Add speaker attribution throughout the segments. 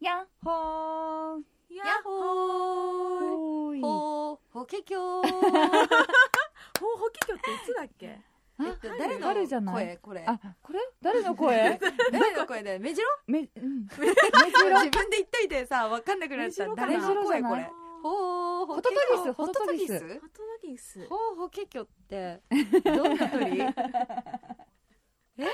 Speaker 1: やっほー
Speaker 2: やっほー
Speaker 1: ほーい
Speaker 2: ほーほけきょ ー
Speaker 3: ほうほききょっていつだっけ
Speaker 2: えっと
Speaker 1: あ
Speaker 2: 誰
Speaker 1: あるじゃ
Speaker 2: の
Speaker 1: ない
Speaker 2: 声これ
Speaker 1: あこれ誰の 声
Speaker 2: 誰の声だよ目白
Speaker 1: め、うん、
Speaker 2: 目白 自分で言っといてさわかんなくなっちゃ
Speaker 3: 目白
Speaker 2: った
Speaker 3: かな
Speaker 2: 誰の声こ
Speaker 1: 目白じゃな
Speaker 2: れ
Speaker 1: い
Speaker 3: ほ
Speaker 2: ほーほ
Speaker 1: ホトトギス
Speaker 2: ホトトギ
Speaker 1: ホト
Speaker 2: ス
Speaker 1: ト
Speaker 3: うハトラギス
Speaker 2: ほうほけきょ ってどんな鳥え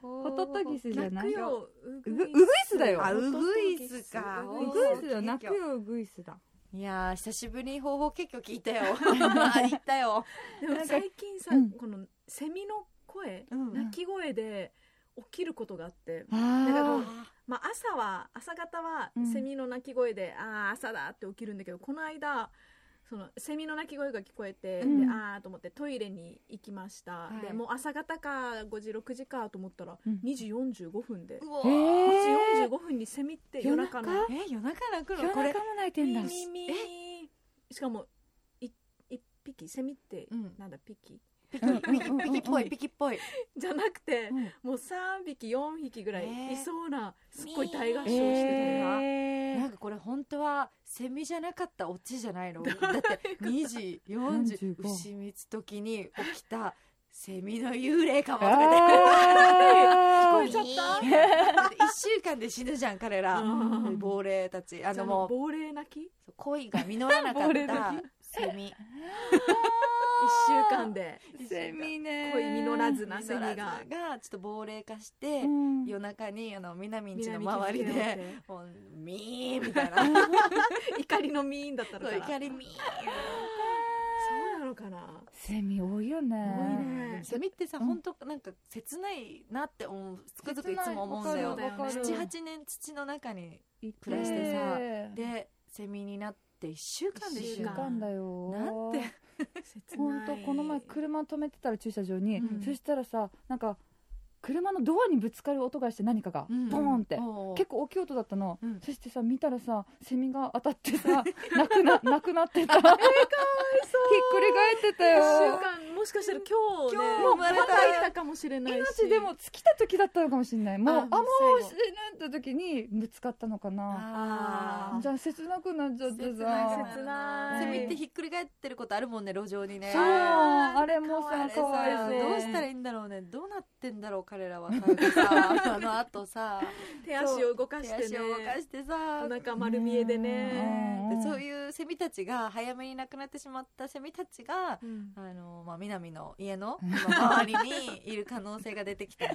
Speaker 1: ホ
Speaker 2: ホ
Speaker 1: トトギスじゃない
Speaker 3: 泣くよう
Speaker 1: う
Speaker 3: ぐ
Speaker 1: ぐ
Speaker 3: いす
Speaker 1: うぐいすだよ
Speaker 2: あ
Speaker 3: ホ
Speaker 2: う
Speaker 3: トト
Speaker 2: ぐい
Speaker 3: ギス
Speaker 2: すか
Speaker 3: う
Speaker 1: う
Speaker 3: ぐい
Speaker 2: ほ
Speaker 3: す
Speaker 1: ぐいすだよ泣くようぐいすだ
Speaker 2: いやー久しぶりにほうほけきょ聞いたよ あ言ったよ
Speaker 3: でも
Speaker 1: なんか
Speaker 3: 最近さ
Speaker 1: うん
Speaker 3: このセミの声
Speaker 2: うん
Speaker 3: 鳴き声で起きることがあって
Speaker 1: あ
Speaker 3: なん
Speaker 1: ー
Speaker 3: かまあ朝は朝方は
Speaker 1: うん
Speaker 3: セミの鳴き声でああ朝だって起きるんだけどこの間そのセミの鳴き声が聞こえて、
Speaker 2: うん
Speaker 3: でああと思ってトイレに行きました、
Speaker 2: はい
Speaker 3: でもう朝方か5時6時かと思ったら
Speaker 1: うん
Speaker 3: 2時45分で、
Speaker 2: うお
Speaker 1: え
Speaker 2: ー
Speaker 3: 2時45分にセミって夜
Speaker 1: 夜
Speaker 3: 中
Speaker 1: 中
Speaker 3: の
Speaker 2: え夜中泣くの
Speaker 1: 夜
Speaker 2: こ
Speaker 1: 中
Speaker 2: れ
Speaker 1: も泣いてんだ
Speaker 3: ミーミーミーしかもい一匹セミって
Speaker 2: うん
Speaker 3: なんだピキ
Speaker 2: ピ
Speaker 1: うん
Speaker 2: キピキピキっぽいピキっぽい
Speaker 3: じゃなくて
Speaker 2: うん
Speaker 3: もう3匹4匹ぐらい
Speaker 2: ね
Speaker 3: いそうなすっごい大合
Speaker 1: え
Speaker 3: 唱してたのが
Speaker 1: ー
Speaker 2: なんかこれ本当はセミじゃなかったオチじゃないのだって2時40
Speaker 1: 45
Speaker 2: 牛蜜時に起きたセミの幽霊かもとかで
Speaker 1: あ
Speaker 3: 聞こえちゃっ
Speaker 2: だって1週間で死ぬじゃん彼ら
Speaker 3: うん
Speaker 2: 亡霊たちあ
Speaker 3: じゃ
Speaker 2: の
Speaker 3: あもう
Speaker 2: も
Speaker 3: 亡霊泣き
Speaker 2: う恋が実らなかっ
Speaker 1: 亡霊
Speaker 2: た
Speaker 1: 泣
Speaker 2: セミ
Speaker 3: 1週間で
Speaker 1: ーセミね
Speaker 3: 恋実らず
Speaker 2: ナ
Speaker 3: な
Speaker 2: セ
Speaker 3: セ
Speaker 2: ミ
Speaker 3: ミ
Speaker 2: が
Speaker 3: が
Speaker 2: ちょっと亡霊化して、
Speaker 1: うん
Speaker 2: 夜中にあの南んちの
Speaker 3: 南
Speaker 2: 周り
Speaker 3: 気付けよ
Speaker 2: で
Speaker 3: う
Speaker 2: もうミーみたい な
Speaker 3: って 怒りのミーンだったの
Speaker 2: そう
Speaker 3: かなそ
Speaker 2: 怒りミー
Speaker 3: うなのかな
Speaker 1: セミ多いよね
Speaker 3: 多いね
Speaker 2: でもセミってさ、
Speaker 1: うん
Speaker 2: 本当なんか切ないなって思うつくづくいつも思うんだよ
Speaker 3: 切ないわかるわかる
Speaker 2: 78年土の中に
Speaker 1: 暮
Speaker 2: 暮らしてさ
Speaker 1: で
Speaker 2: でセミになって1週間で
Speaker 3: 一
Speaker 2: し
Speaker 3: 週
Speaker 2: ょ
Speaker 3: 間
Speaker 1: だよ
Speaker 2: なんて
Speaker 3: 切
Speaker 1: 本
Speaker 3: な
Speaker 1: 当
Speaker 3: い
Speaker 1: この前車止めてたら駐車場に、
Speaker 2: うん
Speaker 1: そしたらさなんか車のドアにぶつかる音がして何かが、ボーンって、結
Speaker 2: 結
Speaker 1: 構大きい音だったの、
Speaker 2: うん
Speaker 1: そしてさ見たらさセミが当たってさなくななくなってたひっくり返ってた
Speaker 3: 一
Speaker 1: よ
Speaker 3: 週間もしかしたら今日ね
Speaker 2: 今日
Speaker 3: もう
Speaker 2: 生まれた
Speaker 3: またいたかもしれないし
Speaker 1: 命でも尽きた時だったのかもしれないもう
Speaker 3: あ
Speaker 1: あも
Speaker 3: もう
Speaker 1: う
Speaker 3: 最
Speaker 1: 死
Speaker 3: 後
Speaker 1: ぬって時にぶつかったのかな
Speaker 2: あ
Speaker 1: じゃあ切なくなっちゃってさ
Speaker 2: 切ない
Speaker 3: 切ない
Speaker 2: セミってひっくり返ってることあるもんね路上にね
Speaker 1: そう
Speaker 3: あー
Speaker 1: あれもさか
Speaker 2: か
Speaker 1: わ
Speaker 2: わ
Speaker 1: い
Speaker 2: い
Speaker 1: そ
Speaker 2: そううどうしたらいいんだろうねどうなってんだろう彼らはさあのあとさ
Speaker 3: 手足を動かし
Speaker 2: 手
Speaker 3: てね
Speaker 2: 足を動かしてさ
Speaker 3: お腹丸見えでね
Speaker 1: うん
Speaker 2: でそういうセミたちが早めに亡くなってしまったセミたちが
Speaker 3: うん
Speaker 2: あのまあ南の家の周りにいる可能性が出てきた ね、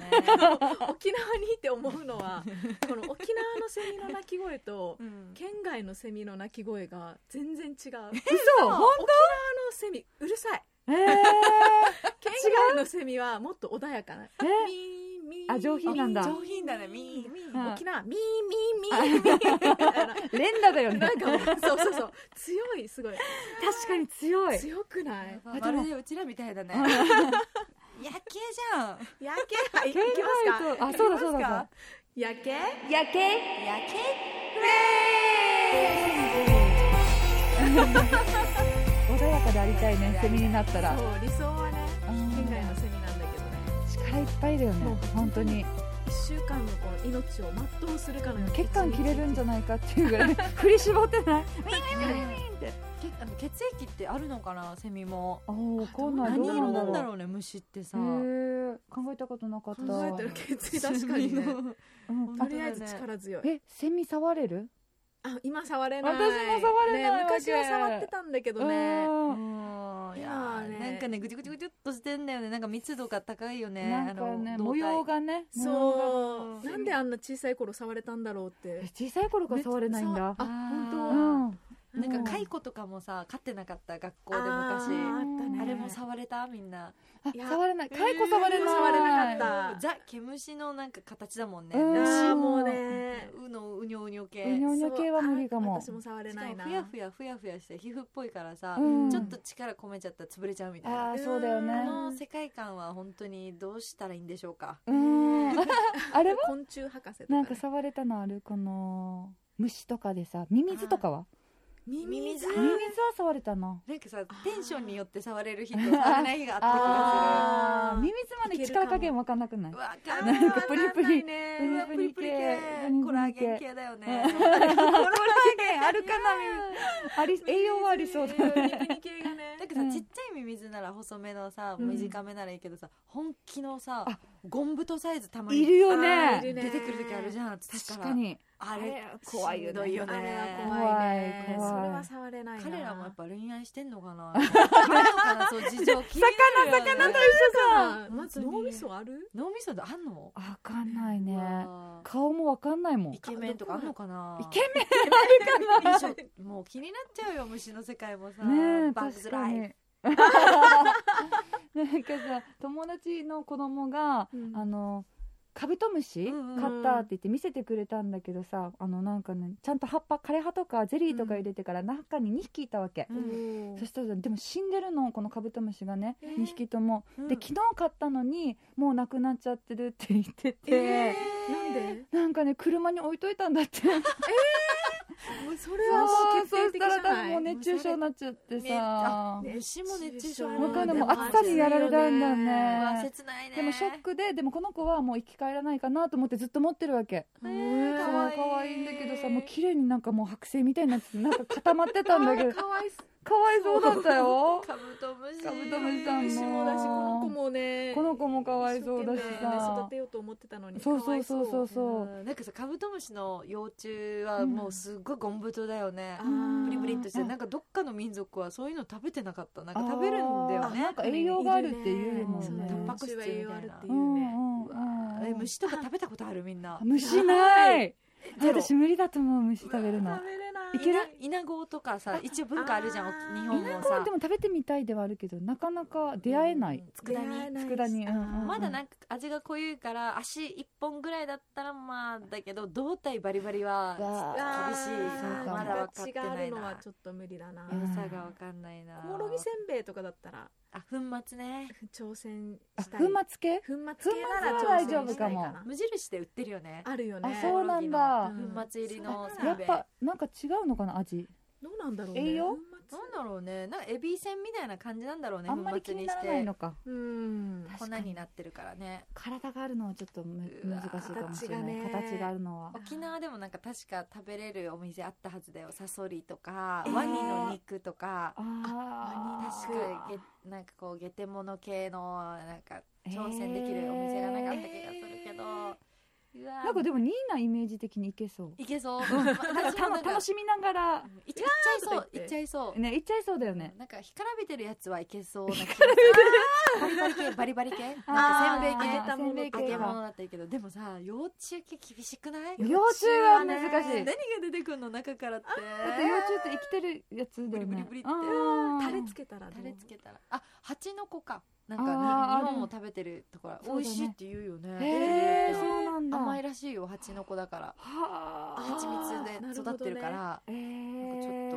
Speaker 3: 沖縄にいて思うのはこの沖縄のセミの鳴き声と
Speaker 2: うん
Speaker 3: 県外のセミの鳴き声が全然違う沖縄の
Speaker 1: 嘘ほん
Speaker 3: セミうるさい
Speaker 1: えー
Speaker 3: 県外のセミはもっと穏やかな
Speaker 1: え
Speaker 3: ミーミー
Speaker 1: あ上品なんだ
Speaker 2: 上品だねみーみー
Speaker 1: うん
Speaker 3: 沖縄ミーミーミーミーみたいな
Speaker 1: 連打だよね
Speaker 3: な んかもうそうそうそう強いすごい
Speaker 1: 確かに強い
Speaker 3: 強くない
Speaker 1: あでも
Speaker 2: まるでうちらみたいだね夜景じゃん
Speaker 3: やけはい行きますか
Speaker 1: とあそうだそうだそう
Speaker 2: 行
Speaker 1: だ
Speaker 3: やけ
Speaker 1: 夜景
Speaker 2: 夜景プレイ
Speaker 1: 穏やかでありたい ねセミになったら
Speaker 3: そう理想はね
Speaker 1: うん
Speaker 3: 県外のセミなんだけどね
Speaker 1: 力いっぱいだよ
Speaker 3: そう
Speaker 1: ね本当に
Speaker 3: 1週間のこの命を全うするかのように
Speaker 1: 血管切れるんじゃ
Speaker 3: な
Speaker 1: な
Speaker 3: い
Speaker 1: いかっていうぐら い振り絞ってない
Speaker 2: けあの血液ってあるのかなセミも
Speaker 1: あーわかんない
Speaker 2: 何
Speaker 1: ど
Speaker 2: 色
Speaker 1: う
Speaker 2: な
Speaker 1: なんん
Speaker 2: だ
Speaker 1: だろ
Speaker 2: ろうね虫ってさ
Speaker 1: うへえ考えたことなかった
Speaker 3: 考えてる血液確か にね
Speaker 2: セミの
Speaker 1: うん
Speaker 2: 当
Speaker 3: と
Speaker 1: あ
Speaker 2: だ
Speaker 3: りあえ
Speaker 2: よね
Speaker 3: ず力強い
Speaker 1: えセミ触れる
Speaker 3: あ今触れない
Speaker 1: 私も触れないわ
Speaker 3: ね、
Speaker 1: け
Speaker 3: 昔は触ってたんだけどね
Speaker 1: うん
Speaker 2: うんいやー
Speaker 3: 今はね
Speaker 2: なんかねぐちゅぐちゅぐちゅっとしてんだよねなんか密度が高いよね
Speaker 1: なんか
Speaker 2: あ
Speaker 1: ね
Speaker 2: の
Speaker 1: 模様
Speaker 2: 胴
Speaker 1: がね
Speaker 3: そう
Speaker 2: うん
Speaker 3: なんであんな小さい頃触れたんだろうっ
Speaker 1: え
Speaker 3: て
Speaker 1: 小さい頃から触れないんだ
Speaker 3: あ
Speaker 2: 体
Speaker 1: う
Speaker 3: 本
Speaker 1: ん
Speaker 2: うんなんか
Speaker 1: い
Speaker 2: 蚕とかもさ飼ってなかった学校で
Speaker 3: あー
Speaker 2: 昔
Speaker 3: あったね
Speaker 2: あれも触れたみんな
Speaker 1: あ
Speaker 3: いや
Speaker 1: 触れない蚕触れない
Speaker 3: 触れなかった
Speaker 2: ザ・毛虫のなんか形だもんね
Speaker 1: うん
Speaker 3: あ
Speaker 2: 虫
Speaker 3: ーもうね
Speaker 2: うのうにょうにょ系
Speaker 1: うにょうにょ系は無理か
Speaker 3: あ
Speaker 1: も
Speaker 3: 私も触れ
Speaker 2: しか
Speaker 3: ない
Speaker 2: も
Speaker 3: な
Speaker 2: ふやふやふやふやして皮膚っぽいからさ、
Speaker 1: うん
Speaker 2: ちょっと力込めちゃったら潰れちゃうみたいな
Speaker 1: ああそうだよね
Speaker 2: あ
Speaker 3: う
Speaker 2: の世界観は本当にどうしたらいいんでしょうか
Speaker 1: うん あれは
Speaker 3: 昆虫博士とかね
Speaker 1: なんか触れたのあるこの虫とかでさミミズとかは
Speaker 3: ミミミズ
Speaker 2: ミミ
Speaker 1: ミミズは触れたな
Speaker 2: なんかさ
Speaker 3: ー
Speaker 2: テンションによって触れる日と触らない日があった気が
Speaker 1: あ
Speaker 3: あー
Speaker 1: ーミミズまで力加減わかんなくない
Speaker 2: するわ
Speaker 3: あ
Speaker 2: か
Speaker 3: ー
Speaker 2: んない
Speaker 1: なんかプリプリ
Speaker 3: わんないうね
Speaker 2: うわプリプリ系コラーゲン系だよね
Speaker 1: うん
Speaker 2: コラーゲン
Speaker 1: あるかなあり栄養はありそう だね
Speaker 3: ミミミ系がね
Speaker 2: だけど
Speaker 1: う
Speaker 2: さ
Speaker 1: ん
Speaker 2: ちっちゃいミミズなら細めのさ
Speaker 1: うん
Speaker 2: 短めならいいけどさ本気のさ
Speaker 1: あ
Speaker 2: ゴン太サイズたま
Speaker 1: い
Speaker 2: に
Speaker 1: るよ
Speaker 3: あーい
Speaker 1: ね
Speaker 3: る
Speaker 2: 出てくる時あるじゃん土
Speaker 1: 確
Speaker 2: か
Speaker 1: か
Speaker 2: ら
Speaker 1: に
Speaker 2: あ
Speaker 3: あ
Speaker 2: れ
Speaker 3: れ
Speaker 1: 怖いよね
Speaker 2: しんどいよね
Speaker 3: あれは怖いね
Speaker 1: 怖い怖い
Speaker 3: それは触れないな
Speaker 2: 彼らもやっぱ恋愛してんのかなあるのか なそう事情気になるよね
Speaker 1: 魚と
Speaker 3: さまず
Speaker 2: 本当
Speaker 3: 脳
Speaker 2: に
Speaker 3: みそある
Speaker 2: 脳みそであんの
Speaker 1: わかんないね
Speaker 2: わあ
Speaker 1: 顔もわかんないもん
Speaker 2: イケメンとかあんのかな
Speaker 1: イケメ
Speaker 2: いいでしょもう気になっちゃうよ虫の世界もさ、
Speaker 1: ンねえ
Speaker 2: バッ
Speaker 1: 確
Speaker 2: グズ
Speaker 1: か
Speaker 2: ラ
Speaker 1: に
Speaker 2: イ
Speaker 1: なんかさ友達の子供が
Speaker 3: うん
Speaker 1: あのカブトムシ
Speaker 2: うんうん
Speaker 1: 買ったって言って見せてくれたんだけどさあのなんかねちゃんと葉っぱ枯れ葉とかゼリーとか入れてから中に2匹いたわけ
Speaker 2: う、ん
Speaker 1: そしたらでも死んでるのこのカブトムシがね、
Speaker 3: えー
Speaker 1: 2匹とも、
Speaker 2: うん
Speaker 1: で昨日買ったのにもうなくなっちゃってるって言ってて、
Speaker 3: えーなんで
Speaker 1: なんかね車に置いといたんだって
Speaker 3: もうそ
Speaker 1: そ
Speaker 3: れはもう
Speaker 1: う
Speaker 3: 決定
Speaker 1: し
Speaker 3: 的
Speaker 1: た
Speaker 3: じ
Speaker 1: ら
Speaker 3: ゃ
Speaker 1: 多分
Speaker 3: な
Speaker 1: もう
Speaker 3: い
Speaker 1: 熱中症になっちゃってさ、
Speaker 3: ね
Speaker 2: 虫も熱中症ある
Speaker 1: わかんない
Speaker 2: で
Speaker 1: もう
Speaker 2: も
Speaker 1: 暑さにやられたんだよ
Speaker 2: う
Speaker 1: ね
Speaker 2: わ切ないね
Speaker 1: でもショックででもこの子はもう生き返らないかなと思ってずっと持ってるわけ
Speaker 2: え
Speaker 1: か
Speaker 2: ー
Speaker 1: わい
Speaker 2: かわ
Speaker 1: い
Speaker 2: いい
Speaker 1: んだけどさもう綺麗になんかもう剥製みたいになっててなんか固まってたんだけど
Speaker 3: かわいそう
Speaker 1: かわいそうだったよ
Speaker 2: カブトムシ
Speaker 1: カブトムシさん
Speaker 3: 虫もだしこの子もね
Speaker 1: この子もかわいそうだし
Speaker 3: 一生懸命ね
Speaker 1: さ
Speaker 3: 育てようと思ってたのに
Speaker 1: そうそうそうそう
Speaker 3: か
Speaker 1: そう
Speaker 2: うんなんかさカブトムシの幼虫はもうすっごいゴンブトだよね
Speaker 3: あ、ー
Speaker 2: プリプリっとして
Speaker 1: うん
Speaker 2: なんかどっかの民族はそういうの食べてなかったなんか食べるんだ
Speaker 1: あ
Speaker 2: よ
Speaker 1: ー
Speaker 2: ね
Speaker 1: なんか栄養があるって言うも
Speaker 2: そ
Speaker 1: ん
Speaker 2: だ
Speaker 1: ね
Speaker 2: タンパ
Speaker 3: わ
Speaker 2: ク
Speaker 3: いい
Speaker 2: 質
Speaker 3: ね
Speaker 2: みたいな
Speaker 3: っていう
Speaker 1: ん
Speaker 3: うね
Speaker 1: うんうん
Speaker 2: え虫とか食べたことあるみんな
Speaker 1: 虫ない
Speaker 2: ゼロ
Speaker 1: 私無理だと思う虫食べるの
Speaker 3: 食べれない
Speaker 1: いける
Speaker 2: イナイナゴとかさ一応文化あるじゃ
Speaker 3: あ
Speaker 2: ん
Speaker 3: ー
Speaker 2: 日
Speaker 1: み
Speaker 2: 本
Speaker 1: んな
Speaker 2: も
Speaker 1: こ
Speaker 2: さ
Speaker 1: うでも食べてみたいではあるけどなかなか出会えない
Speaker 2: うん佃煮
Speaker 3: 出会えない
Speaker 1: 佃煮うんうんうん
Speaker 2: まだなんか味が濃いから足一本ぐらいだったらまあだけど胴体バリバリは
Speaker 1: わ
Speaker 3: あ
Speaker 2: 厳しい
Speaker 1: そうかも
Speaker 2: まだ分かっ
Speaker 3: 形
Speaker 2: て
Speaker 3: があ
Speaker 2: な
Speaker 3: る
Speaker 2: い
Speaker 3: のは
Speaker 2: な
Speaker 3: ちょっと無理だな
Speaker 1: うん
Speaker 2: 良さが分かんないな
Speaker 3: おもろぎせんべいとかだったら
Speaker 2: あ粉末ね
Speaker 3: 挑戦
Speaker 1: あ
Speaker 3: したい
Speaker 1: 粉末系
Speaker 3: 粉末系なら
Speaker 2: 粉末
Speaker 3: 挑
Speaker 2: は大
Speaker 3: 戦
Speaker 2: 丈
Speaker 3: し
Speaker 2: 夫
Speaker 3: た
Speaker 2: か
Speaker 3: い
Speaker 1: も
Speaker 3: かな
Speaker 2: 無印で売ってるよね
Speaker 3: あるよね
Speaker 1: あそうなんだ
Speaker 2: おもろぎの
Speaker 3: うん
Speaker 2: 粉末入りの
Speaker 3: そう
Speaker 2: せ
Speaker 1: や
Speaker 2: ん
Speaker 1: っ
Speaker 2: べい
Speaker 1: ぱなんか違うのかな味
Speaker 3: どうなんだろうね
Speaker 1: 栄養
Speaker 3: 粉末
Speaker 2: なんだろうねなんかエビせんみたいな感じなんだろうね
Speaker 1: あんまり気
Speaker 2: 粉末
Speaker 1: に
Speaker 2: に
Speaker 1: な
Speaker 2: し
Speaker 1: らない
Speaker 2: て
Speaker 1: のか
Speaker 3: うん
Speaker 1: 確
Speaker 2: 粉
Speaker 1: かに
Speaker 2: になってるからね
Speaker 1: 体があるのはちょっとむ
Speaker 2: う
Speaker 1: 難
Speaker 2: わ
Speaker 1: しいかもしれない
Speaker 3: 形がね
Speaker 1: 形があるのは
Speaker 2: 沖縄でもなんか確か食べれるお店あったはずだよサソリとか
Speaker 3: えー
Speaker 2: ワニの肉とか
Speaker 1: あー
Speaker 2: 確かげなんかこうゲテモノ系のなんか挑戦できるお店がなかった気がするけど、うわ
Speaker 1: なんかでもニーナイメージ的にいけそう
Speaker 2: いけそう
Speaker 1: なんかたの楽しみながら
Speaker 2: うんいっちゃいそう
Speaker 3: い
Speaker 2: い
Speaker 3: っ
Speaker 2: っ
Speaker 3: ち
Speaker 2: ちゃいそう、
Speaker 1: ねいっちゃいそうだよね
Speaker 2: なんか干からびてるやつはいけそうな気がするバリバリ系バリバリ系なんかせんべい
Speaker 3: あ
Speaker 2: 系
Speaker 3: ー
Speaker 1: せんべい
Speaker 2: 揚
Speaker 1: 系
Speaker 2: げ物
Speaker 1: は
Speaker 2: だったらいいけどでもさ幼虫系厳しくない
Speaker 1: 幼虫は難しい
Speaker 2: 何が出てくるの中からって
Speaker 1: だって幼虫って生きてるやつだよね
Speaker 2: ブリブリブリって
Speaker 1: うん
Speaker 3: タレつけたらどう
Speaker 2: タレつけたらあ蜂の子かなん
Speaker 1: あ
Speaker 2: か
Speaker 1: ー
Speaker 2: なんか
Speaker 1: あ
Speaker 2: 日
Speaker 1: る
Speaker 2: 本も食べてるところ
Speaker 1: そうだ
Speaker 2: 美
Speaker 1: ね
Speaker 2: 味しいって言うよね
Speaker 1: へえ
Speaker 2: そ
Speaker 1: そううなんだ
Speaker 2: 甘いらしいよ蜂の子だから
Speaker 1: はあ
Speaker 2: 蜂蜜で育ってるから
Speaker 1: え
Speaker 2: な,、んかちょっ
Speaker 1: ー
Speaker 2: と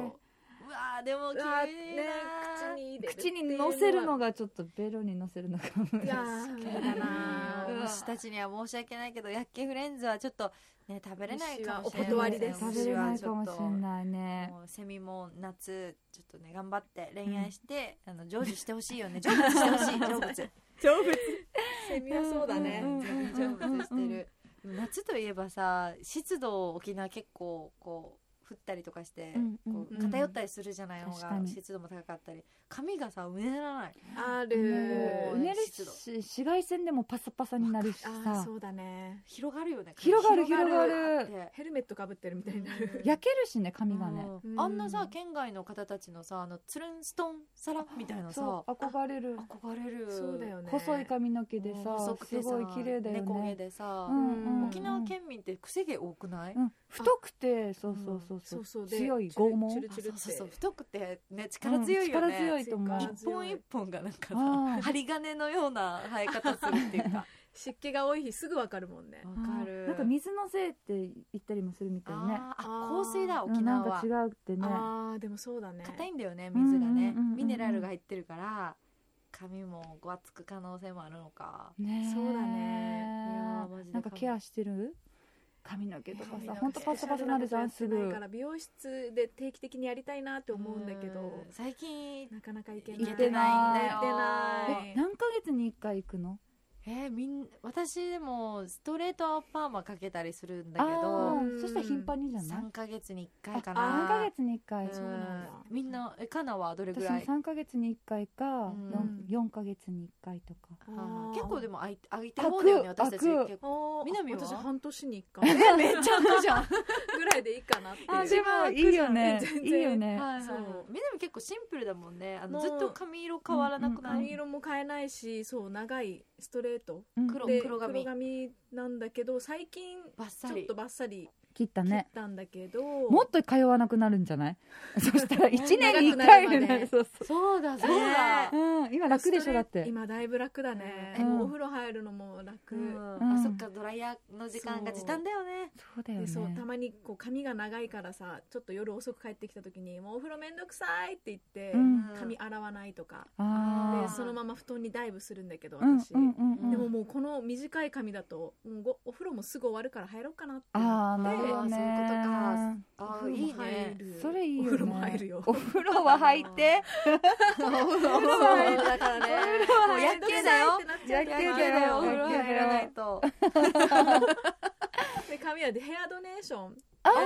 Speaker 2: うわーでも
Speaker 3: う
Speaker 2: 綺
Speaker 3: わ
Speaker 2: 麗
Speaker 3: ね
Speaker 2: な
Speaker 3: 口に入れるって
Speaker 1: 口
Speaker 3: いう
Speaker 1: にのせるのがちょっとベロにのせるのが
Speaker 3: いやー
Speaker 2: 確か
Speaker 3: 無
Speaker 2: に
Speaker 3: 理だな
Speaker 1: うわ
Speaker 2: 虫たちには申し訳ないけどヤッケフレンズはちょっとね食べれないかもしれない
Speaker 3: 虫はお断りです
Speaker 1: 食べれないかもしれ
Speaker 2: い
Speaker 1: ないね
Speaker 2: セミも夏ちょっとね頑張って恋愛して、あの成就してほしいよね成仏してほしい成 仏
Speaker 3: 成仏セミはそうだね
Speaker 1: うんうん
Speaker 2: 成仏してる夏といえばさ湿度沖縄結構こう降ったりとかして、
Speaker 1: うんうん
Speaker 2: こう
Speaker 3: うん
Speaker 2: 偏ったりするじゃない方
Speaker 1: 確か
Speaker 2: が
Speaker 1: に
Speaker 2: 湿度も高かったり髪がさうねらない
Speaker 3: あ
Speaker 1: う
Speaker 3: る
Speaker 1: ねるし
Speaker 2: 湿度
Speaker 1: 紫外線でもパサパサになるし
Speaker 3: あー
Speaker 1: さ
Speaker 3: そうだね
Speaker 2: 広がるよね
Speaker 1: 広がる
Speaker 3: 広がる
Speaker 1: 広がる
Speaker 2: だって
Speaker 3: ヘルメットかぶってるみたいになる
Speaker 1: 焼けるしね髪がね
Speaker 2: う
Speaker 3: うん
Speaker 2: んあんなさ県外の方たちのさあのつるんストン皿みたいなさ
Speaker 1: そう憧れる
Speaker 2: 憧れる
Speaker 3: そうだよね
Speaker 1: 細い髪の毛で
Speaker 2: うん
Speaker 1: さ
Speaker 2: 細く
Speaker 1: す
Speaker 2: てさ
Speaker 1: ごい綺麗だよ
Speaker 2: 猫毛
Speaker 1: ね
Speaker 2: でさ、
Speaker 1: うんうん
Speaker 2: 沖縄県民って癖毛多くない、
Speaker 1: うん太くてそうそうそう
Speaker 3: そ
Speaker 1: そうう
Speaker 3: そうで
Speaker 1: 強い
Speaker 3: チュル
Speaker 1: 剛
Speaker 3: チュル
Speaker 1: 毛
Speaker 2: あ
Speaker 3: チ
Speaker 2: そ
Speaker 3: ュル
Speaker 2: うそうそう
Speaker 3: って
Speaker 2: 太くてね力強いよね、
Speaker 1: うん力強いと思う
Speaker 3: 強い
Speaker 2: 一本一本がなんかさ
Speaker 1: あー
Speaker 2: 針金のような生え方するっ ていうかわ
Speaker 3: 湿気が多い日すぐわかるもんね
Speaker 2: かる
Speaker 1: なんか水のせいって言ったりもするみたいね
Speaker 2: あーあ香水だ
Speaker 1: うん
Speaker 2: 沖縄
Speaker 1: なん
Speaker 2: は
Speaker 1: か違うってね
Speaker 3: あーでもそうだね
Speaker 2: 硬いんだよね水がね
Speaker 1: うんうんうんうん
Speaker 2: ミネラルが入ってるから髪もごわつく可能性もあるのか
Speaker 1: ねえ
Speaker 3: そうだね
Speaker 2: いやーマジで
Speaker 1: なんかケアしてる髪の毛とか
Speaker 2: 髪
Speaker 1: さ
Speaker 2: の毛
Speaker 1: ほんとパサパサなるじゃんす
Speaker 3: やってな
Speaker 1: ぐ
Speaker 3: いから美容室で定期的にやりたいなって思うんだけど
Speaker 2: うん最近
Speaker 3: なかなか行けない
Speaker 2: 行けてないんだよ
Speaker 3: 行けてない
Speaker 1: え何ヶ月に1回行くの
Speaker 2: えーみん私でもストレートパーマかけたりするんだけ
Speaker 1: あ
Speaker 2: ど
Speaker 1: ーそしたら頻繁にじゃない
Speaker 2: 3ヶ月に1
Speaker 1: あ
Speaker 2: 回か
Speaker 1: 3
Speaker 2: な
Speaker 1: ヶ月に1回
Speaker 2: うん
Speaker 3: そうなんだ
Speaker 2: みんなえかなはどれぐ
Speaker 1: 私
Speaker 2: ら
Speaker 1: も
Speaker 2: い
Speaker 1: 3ヶ月に1回か
Speaker 2: うん
Speaker 1: 4 4ヶ月に1回とか
Speaker 2: あー結構で
Speaker 3: も
Speaker 2: もあい空いてる方だよね
Speaker 1: 開く
Speaker 2: 私たち
Speaker 1: 開く
Speaker 2: 結構
Speaker 3: あー
Speaker 2: 南は
Speaker 3: 私半年に1回
Speaker 2: めっちゃ空くじゃん
Speaker 3: ぐらいでいいかなって
Speaker 1: あ
Speaker 3: いう
Speaker 1: でもいいよね
Speaker 3: 全
Speaker 1: いい
Speaker 3: 然
Speaker 1: よね
Speaker 2: はいはい
Speaker 3: そう
Speaker 2: みんなも結構シンプルだもんねあ
Speaker 3: も
Speaker 2: の
Speaker 3: う
Speaker 2: ずっと髪色変わらなくない、
Speaker 1: うんうん
Speaker 3: 髪色も変えないしそう長いストレート
Speaker 1: うん
Speaker 2: 黒
Speaker 3: で
Speaker 2: 黒髪
Speaker 3: なんだけど最近
Speaker 2: バッサ
Speaker 3: ちょっ
Speaker 2: リ
Speaker 3: とバッサリ
Speaker 1: 切った
Speaker 3: 切っ
Speaker 1: ね
Speaker 3: たんだけど
Speaker 1: もっと通わなくなるんじゃない そしたら1年に1
Speaker 3: 長
Speaker 1: 回
Speaker 3: くなるまで
Speaker 1: そう
Speaker 2: そうだそう
Speaker 3: ね
Speaker 2: だ、
Speaker 1: そううん今楽でしょだって
Speaker 3: 今だいぶ楽だね、
Speaker 1: うん
Speaker 3: お風呂入るのも楽、
Speaker 2: うん
Speaker 1: うん
Speaker 2: あそっかドライヤーの時間が時短だよね
Speaker 1: そうだよ
Speaker 3: で
Speaker 1: ね
Speaker 3: そうたまにこう髪が長いからさちょっと夜遅く帰ってきた時に「もうお風呂めんどくさい」って言って、
Speaker 1: うん
Speaker 3: 髪洗わないとか
Speaker 1: あー
Speaker 3: でそのまま布団にダイブするんだけど
Speaker 1: うん
Speaker 3: 私、
Speaker 1: うんうんうん
Speaker 3: でももうこの短い髪だともうごお風呂もすぐ終わるから入ろうかなって
Speaker 1: ああ
Speaker 3: な
Speaker 1: なるほ
Speaker 3: っ
Speaker 1: ど
Speaker 3: て
Speaker 1: ね
Speaker 3: お
Speaker 2: あー
Speaker 3: 風呂
Speaker 2: いい
Speaker 3: も入
Speaker 2: ね
Speaker 3: る
Speaker 1: それいいよね
Speaker 3: お風呂も入るよ
Speaker 1: お風呂は入 って
Speaker 2: お風呂
Speaker 3: 入る
Speaker 2: だからねもうやっけだよ
Speaker 1: やっけ
Speaker 2: や
Speaker 1: だ
Speaker 2: っけ
Speaker 1: よ
Speaker 2: だよお風呂
Speaker 1: やっけだ
Speaker 2: 入
Speaker 1: よ
Speaker 2: らないと
Speaker 3: で髪はでヘアドネーションやり
Speaker 1: あ
Speaker 3: た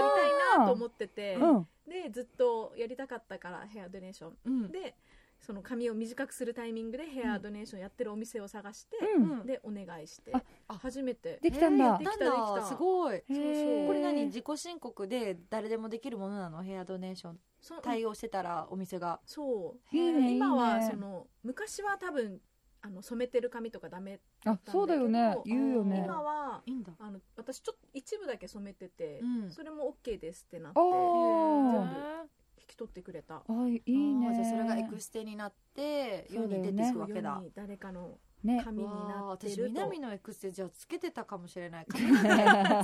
Speaker 3: いなと思ってて、
Speaker 1: ーうん
Speaker 3: でずっとやりたかったからヘアドネーション
Speaker 2: うん
Speaker 3: でその髪を短くするタイミングでヘアドネーションやってるお店を探して、
Speaker 1: うん
Speaker 3: でお願いして
Speaker 1: あ
Speaker 2: あ
Speaker 3: 初めて
Speaker 1: できたんだ
Speaker 2: えー
Speaker 3: で
Speaker 2: や
Speaker 3: き
Speaker 2: った
Speaker 3: で
Speaker 2: たん
Speaker 3: き
Speaker 2: だ
Speaker 3: た
Speaker 2: すごい
Speaker 1: へー
Speaker 2: これ何自己申告で誰でもできるものなのヘアドネーション
Speaker 3: そ
Speaker 2: 対応してたらお店が
Speaker 3: そう
Speaker 1: いいね
Speaker 3: 今はい
Speaker 1: いね
Speaker 3: その昔は多分あの染めてる髪とかダメ
Speaker 1: あそうだよね言うよね
Speaker 3: 今はい
Speaker 2: いんだ
Speaker 3: あの私ちょっと一部だけ染めてて、
Speaker 2: うん
Speaker 3: それも OK ですってなって
Speaker 1: お
Speaker 2: へ
Speaker 1: ー
Speaker 2: ー
Speaker 3: 引き取ってくれた
Speaker 1: あいい
Speaker 2: あ
Speaker 1: ね
Speaker 2: ーじゃあそれがエクステになって世に出ていくわけだ
Speaker 3: 世に誰かの
Speaker 1: ね
Speaker 3: 髪に
Speaker 2: わあ
Speaker 3: なって
Speaker 2: 私
Speaker 3: ると
Speaker 2: 南のエクステじゃあつけてたかもしれない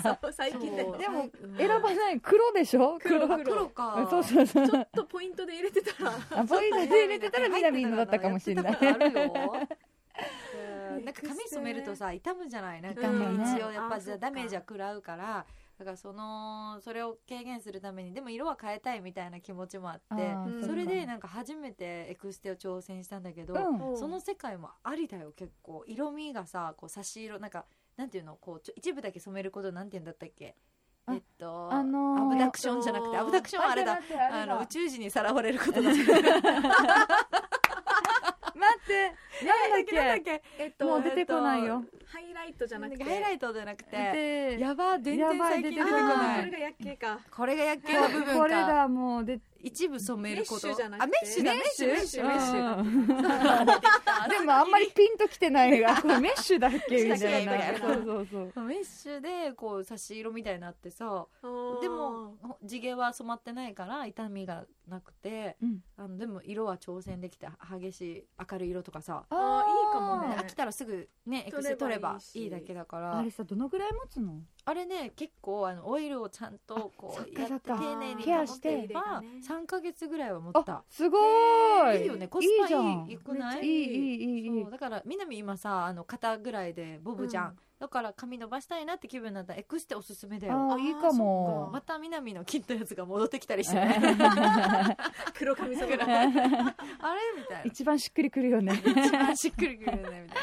Speaker 3: そう最近だよ
Speaker 2: そう
Speaker 1: でも
Speaker 2: う ん
Speaker 1: 選ばない黒でしょ
Speaker 3: 黒
Speaker 2: あ黒か
Speaker 1: そうそうそう
Speaker 3: ちょっとポイントで入れてた ら
Speaker 1: あポイントで入れてたらみなみのだったかもしれない
Speaker 2: やってたことあるよえ ーなんか髪染めるとさ傷むじゃないなんか
Speaker 1: 傷むね
Speaker 2: 一応やっ
Speaker 3: あ
Speaker 2: ぱじ
Speaker 3: そ
Speaker 2: ゃ
Speaker 3: っ
Speaker 2: あ
Speaker 3: か
Speaker 2: ダメージは食らうからだからそのそれを軽減するためにでも色は変えたいみたいな気持ちもあ
Speaker 1: あ
Speaker 2: って
Speaker 1: ー
Speaker 3: うん
Speaker 2: それで
Speaker 1: っ
Speaker 2: なんか初めてエクステを挑戦したんだけど、
Speaker 1: かうん
Speaker 2: その世界もありだよ結構色味がさこう差し色なんかなんていうのこうちょ一部だけ染めることなんていうんだったっけ
Speaker 1: あ
Speaker 2: えっと、
Speaker 1: あのー
Speaker 2: アブダクションじゃなくてアブダクションはあれだ
Speaker 1: 待って待って
Speaker 2: あ
Speaker 1: れだ
Speaker 2: の宇宙人にさらわれることだなん
Speaker 1: 待ってな
Speaker 2: だ
Speaker 1: んだ
Speaker 2: っ
Speaker 1: っ
Speaker 2: け
Speaker 3: え
Speaker 1: け
Speaker 3: っと
Speaker 1: もう出てこないよ
Speaker 3: ハイライトじゃなくて
Speaker 2: ハイラ
Speaker 3: イ
Speaker 2: イトじゃなくて
Speaker 1: で
Speaker 2: やば全然最近出てこ
Speaker 1: やば
Speaker 2: な
Speaker 1: あー
Speaker 3: これ
Speaker 2: い
Speaker 3: が夜景か
Speaker 2: これが夜景の部
Speaker 1: こ
Speaker 2: 分
Speaker 1: れ
Speaker 2: か
Speaker 1: だもうで
Speaker 2: 一部染めること
Speaker 3: メッシュじゃなくて
Speaker 2: あメッシュだメッシュ
Speaker 3: メッシュメッシ
Speaker 1: う
Speaker 3: ュ
Speaker 1: んでもあんまりピンときてないがこれメッシュだっけみたい
Speaker 2: メッシュだ
Speaker 1: な
Speaker 2: っけ
Speaker 1: そうそうそう
Speaker 2: メッシュでこう差し色みたいになってさで
Speaker 3: で
Speaker 2: も地毛は染まってないから痛みがなくて
Speaker 1: うん
Speaker 2: あのでも色は挑戦できて激しい明るい色とかさ
Speaker 1: あ
Speaker 3: あーいいかも
Speaker 2: で
Speaker 3: ね
Speaker 2: 飽きたらすぐねエクステ取ればいいだけだから
Speaker 1: あれさどのぐらい持つの
Speaker 2: あれね結構あのオイルをちゃんとこ
Speaker 1: あそっ
Speaker 2: う
Speaker 1: か
Speaker 2: やっ
Speaker 1: そ
Speaker 2: て
Speaker 1: っか
Speaker 2: 丁寧に
Speaker 1: ケア
Speaker 2: 保
Speaker 1: してて
Speaker 2: れば3ヶ月ぐらいは持った
Speaker 1: あすごーい
Speaker 2: いいよねコスパい
Speaker 1: じゃん
Speaker 2: いよくない
Speaker 1: いいいいいいいい
Speaker 2: そうだから南今さあの肩ぐらいでボブじゃん、
Speaker 3: うん
Speaker 2: だから髪伸ばしたいなって気分になったらエクステおすすめだよ
Speaker 1: あーいいかも
Speaker 2: また南の切ったやつが戻ってきたりしてね
Speaker 3: 黒髪染めだ
Speaker 2: あれみたい
Speaker 1: 一番しっくりくるよね
Speaker 2: な一番しっくりくるよねみた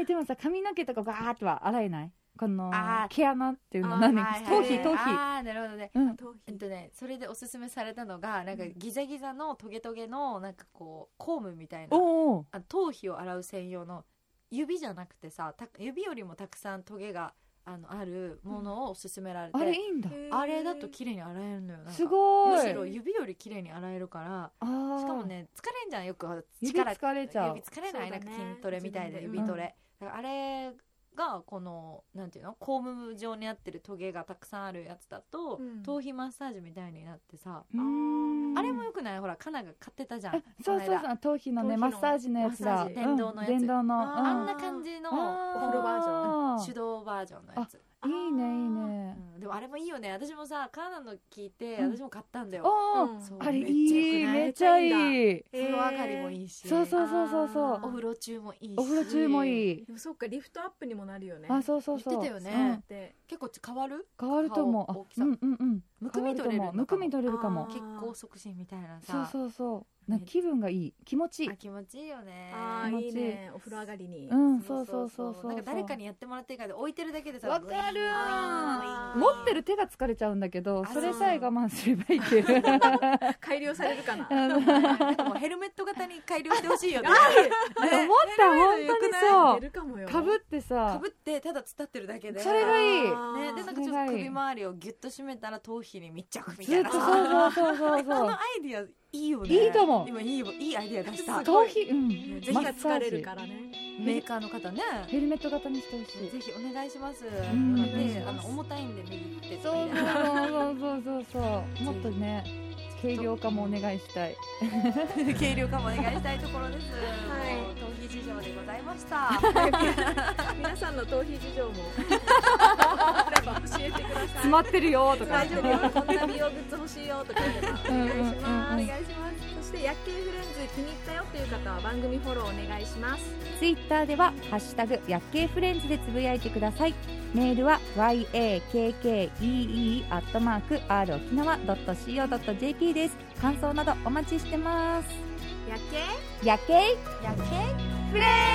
Speaker 1: えでもさ髪の毛とかガーッとは洗えないこの
Speaker 2: あー
Speaker 1: 毛穴っていう
Speaker 2: な
Speaker 1: の
Speaker 2: あー
Speaker 1: 何
Speaker 2: はいは
Speaker 1: 頭
Speaker 2: い
Speaker 1: 皮頭皮
Speaker 2: ああなるほどね
Speaker 1: うん
Speaker 3: 頭
Speaker 2: えっ
Speaker 3: 皮
Speaker 2: とねそれでおすすめされたのがなんかギザギザのトゲトゲのなんかこうコームみたいな
Speaker 1: おお
Speaker 2: あ頭皮を洗う専用の指じゃなくてさた指よりもたくさんトゲがあのあるものを勧められて、
Speaker 1: あれいいんだ
Speaker 2: あれだと綺麗に洗えるのよなんか
Speaker 1: すご
Speaker 2: む
Speaker 1: い
Speaker 2: しろ指より綺麗に洗えるから
Speaker 1: あー
Speaker 2: しかもね疲れんじゃんよく
Speaker 1: 指
Speaker 2: 力
Speaker 1: 疲れちゃう
Speaker 2: 指疲れな
Speaker 3: そ
Speaker 2: い、
Speaker 3: うだ
Speaker 2: なん
Speaker 3: ね
Speaker 2: か筋トレみたいな
Speaker 3: 自分
Speaker 1: で
Speaker 2: 指トレ、だからあれがこのなんていうのコーム状になってるトゲがたくさんあるやつだと、
Speaker 3: うん
Speaker 2: 頭皮マッサージみたいになってさ、
Speaker 1: うーん
Speaker 2: あれもよくないほらカナが買ってたじゃん
Speaker 1: あそうそう
Speaker 2: こ
Speaker 1: そ
Speaker 2: の間
Speaker 1: う頭皮のね
Speaker 3: 頭
Speaker 1: マ
Speaker 3: 皮の
Speaker 1: ッサージのやつ
Speaker 2: マ
Speaker 1: だ
Speaker 2: ッサージ電動のやつ
Speaker 1: うん電動の
Speaker 3: あー
Speaker 1: うん
Speaker 2: あんな感じの
Speaker 1: あー
Speaker 3: お風呂バージョ
Speaker 2: 手動バージョンのやつ
Speaker 1: いいねいい
Speaker 2: うん
Speaker 1: ね
Speaker 2: でもあれもいいよね私もさカーナの聞いて
Speaker 1: うん
Speaker 2: 私も買ったんだよ、
Speaker 1: あ
Speaker 3: うん
Speaker 1: ー
Speaker 2: そう
Speaker 1: あれいい
Speaker 2: め
Speaker 1: め
Speaker 2: っ
Speaker 1: っ
Speaker 2: ち
Speaker 1: ち
Speaker 2: ゃ
Speaker 1: ゃ
Speaker 2: いい
Speaker 1: いい
Speaker 2: 風呂上がりもい
Speaker 3: い
Speaker 2: いし、
Speaker 1: そうそうそうそうそ
Speaker 3: あー
Speaker 2: お
Speaker 1: う
Speaker 2: 風呂中もいいし
Speaker 1: お風呂中もいい
Speaker 3: でもそっかリフトアップにもなるよね
Speaker 1: あそうそうそう
Speaker 2: 言ってたよね
Speaker 1: うん
Speaker 3: で
Speaker 2: 結構変わる
Speaker 1: 変わると思うあ
Speaker 2: 顔大きさ
Speaker 1: うんうんうん
Speaker 2: むくみ取れるのかも
Speaker 1: むくみ取れるか
Speaker 3: あ
Speaker 1: も
Speaker 3: ー
Speaker 2: 血行促進みたいな
Speaker 1: そう
Speaker 2: さ
Speaker 1: そうそうなんか気分がいい気持ちいい
Speaker 2: あ気持ちいいよね
Speaker 3: あ
Speaker 1: 気
Speaker 3: ー
Speaker 1: 持ちい
Speaker 3: い
Speaker 1: い
Speaker 3: いねお風呂上がりに、
Speaker 1: うんそうそうそうそう
Speaker 2: なんか誰かにやってもらってるから置いてるだけでさ
Speaker 1: わかる
Speaker 2: ブイーンブイーン
Speaker 1: 持ってる手が疲れちゃうんだけど
Speaker 2: あ
Speaker 1: それさえ我慢すればいいっていう
Speaker 3: 改良されるかな
Speaker 1: あの
Speaker 2: なんかもうヘルメット型に改良してほしいよね
Speaker 1: なんか思った本当にそう
Speaker 3: 出るかもよ
Speaker 1: かぶって
Speaker 2: か
Speaker 1: さ
Speaker 2: ぶってただ伝ってるだけで
Speaker 1: それがいい
Speaker 3: あー
Speaker 2: ね、でなんかちょっと首周りをギュッと締めたら頭皮に密着み
Speaker 1: ず
Speaker 2: た
Speaker 1: っ
Speaker 2: いな
Speaker 1: とそうそうそうそう
Speaker 2: こ
Speaker 1: そ
Speaker 2: のア
Speaker 1: う
Speaker 2: イディアいいよね
Speaker 1: いいと思う
Speaker 2: 今いいよいいアイディア出した
Speaker 3: すごい
Speaker 1: 頭皮うん
Speaker 3: ね
Speaker 2: ぜ
Speaker 3: ぜ
Speaker 2: ひ
Speaker 3: ひ
Speaker 1: マ
Speaker 3: が
Speaker 1: ッサ
Speaker 3: 疲
Speaker 1: ー
Speaker 3: れる
Speaker 1: ジ
Speaker 3: からね
Speaker 2: メーカーの方ね
Speaker 1: ヘルメット型にしてほしい
Speaker 2: ぜひお願いしますで
Speaker 1: ん
Speaker 2: あの重たいんで右手と
Speaker 1: そう
Speaker 2: みたいな
Speaker 1: そうそうそうそうもっとね軽量化もお願いしたい
Speaker 2: 軽量化もお願いしたいところです、
Speaker 3: い
Speaker 2: もう頭皮事情でございました
Speaker 3: 皆さんの頭皮事 情もあれば教えてください
Speaker 1: 詰まってるよとか
Speaker 3: 大丈夫よこんな美容グッズ欲しいよとか言えば
Speaker 1: うんうん
Speaker 3: お願いし
Speaker 1: うん
Speaker 3: ま
Speaker 1: う
Speaker 3: す
Speaker 1: ん
Speaker 3: そして薬系フレンズ気に入ったよっていう方は番組フォローお願いします
Speaker 4: ツイッターでは「ハッシュタグ薬系フレンズ」でつぶやいてくださいメールは yakkee.rokinawa.co.jp です感想などお待ちしてます
Speaker 3: 薬系
Speaker 4: 薬系
Speaker 2: やけ
Speaker 4: フレンズ